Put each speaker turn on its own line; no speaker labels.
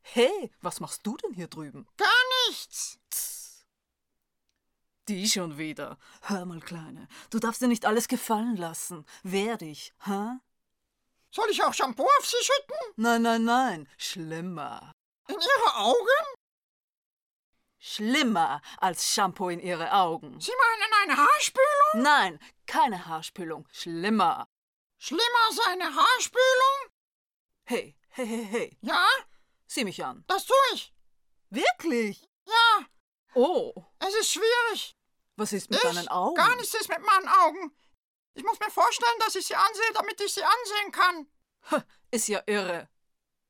Hey, was machst du denn hier drüben?
Gar nichts.
Tss. Die schon wieder. Hör mal, Kleine, du darfst dir nicht alles gefallen lassen. Wehr dich, hä?
Soll ich auch Shampoo auf sie schütten?
Nein, nein, nein, schlimmer.
In ihre Augen?
Schlimmer als Shampoo in ihre Augen.
Sie meinen eine Haarspülung?
Nein, keine Haarspülung, schlimmer.
Schlimmer als eine Haarspülung?
Hey, hey, hey, hey,
Ja,
sieh mich an.
das tue ich.
Wirklich?
Ja,
Oh,
es ist schwierig.
was ist mit
ich?
deinen Augen?
Gar nichts ist mit meinen Augen. Ich muss mir vorstellen, dass ich sie ansehe, damit ich sie ansehen kann.
Ist ja irre.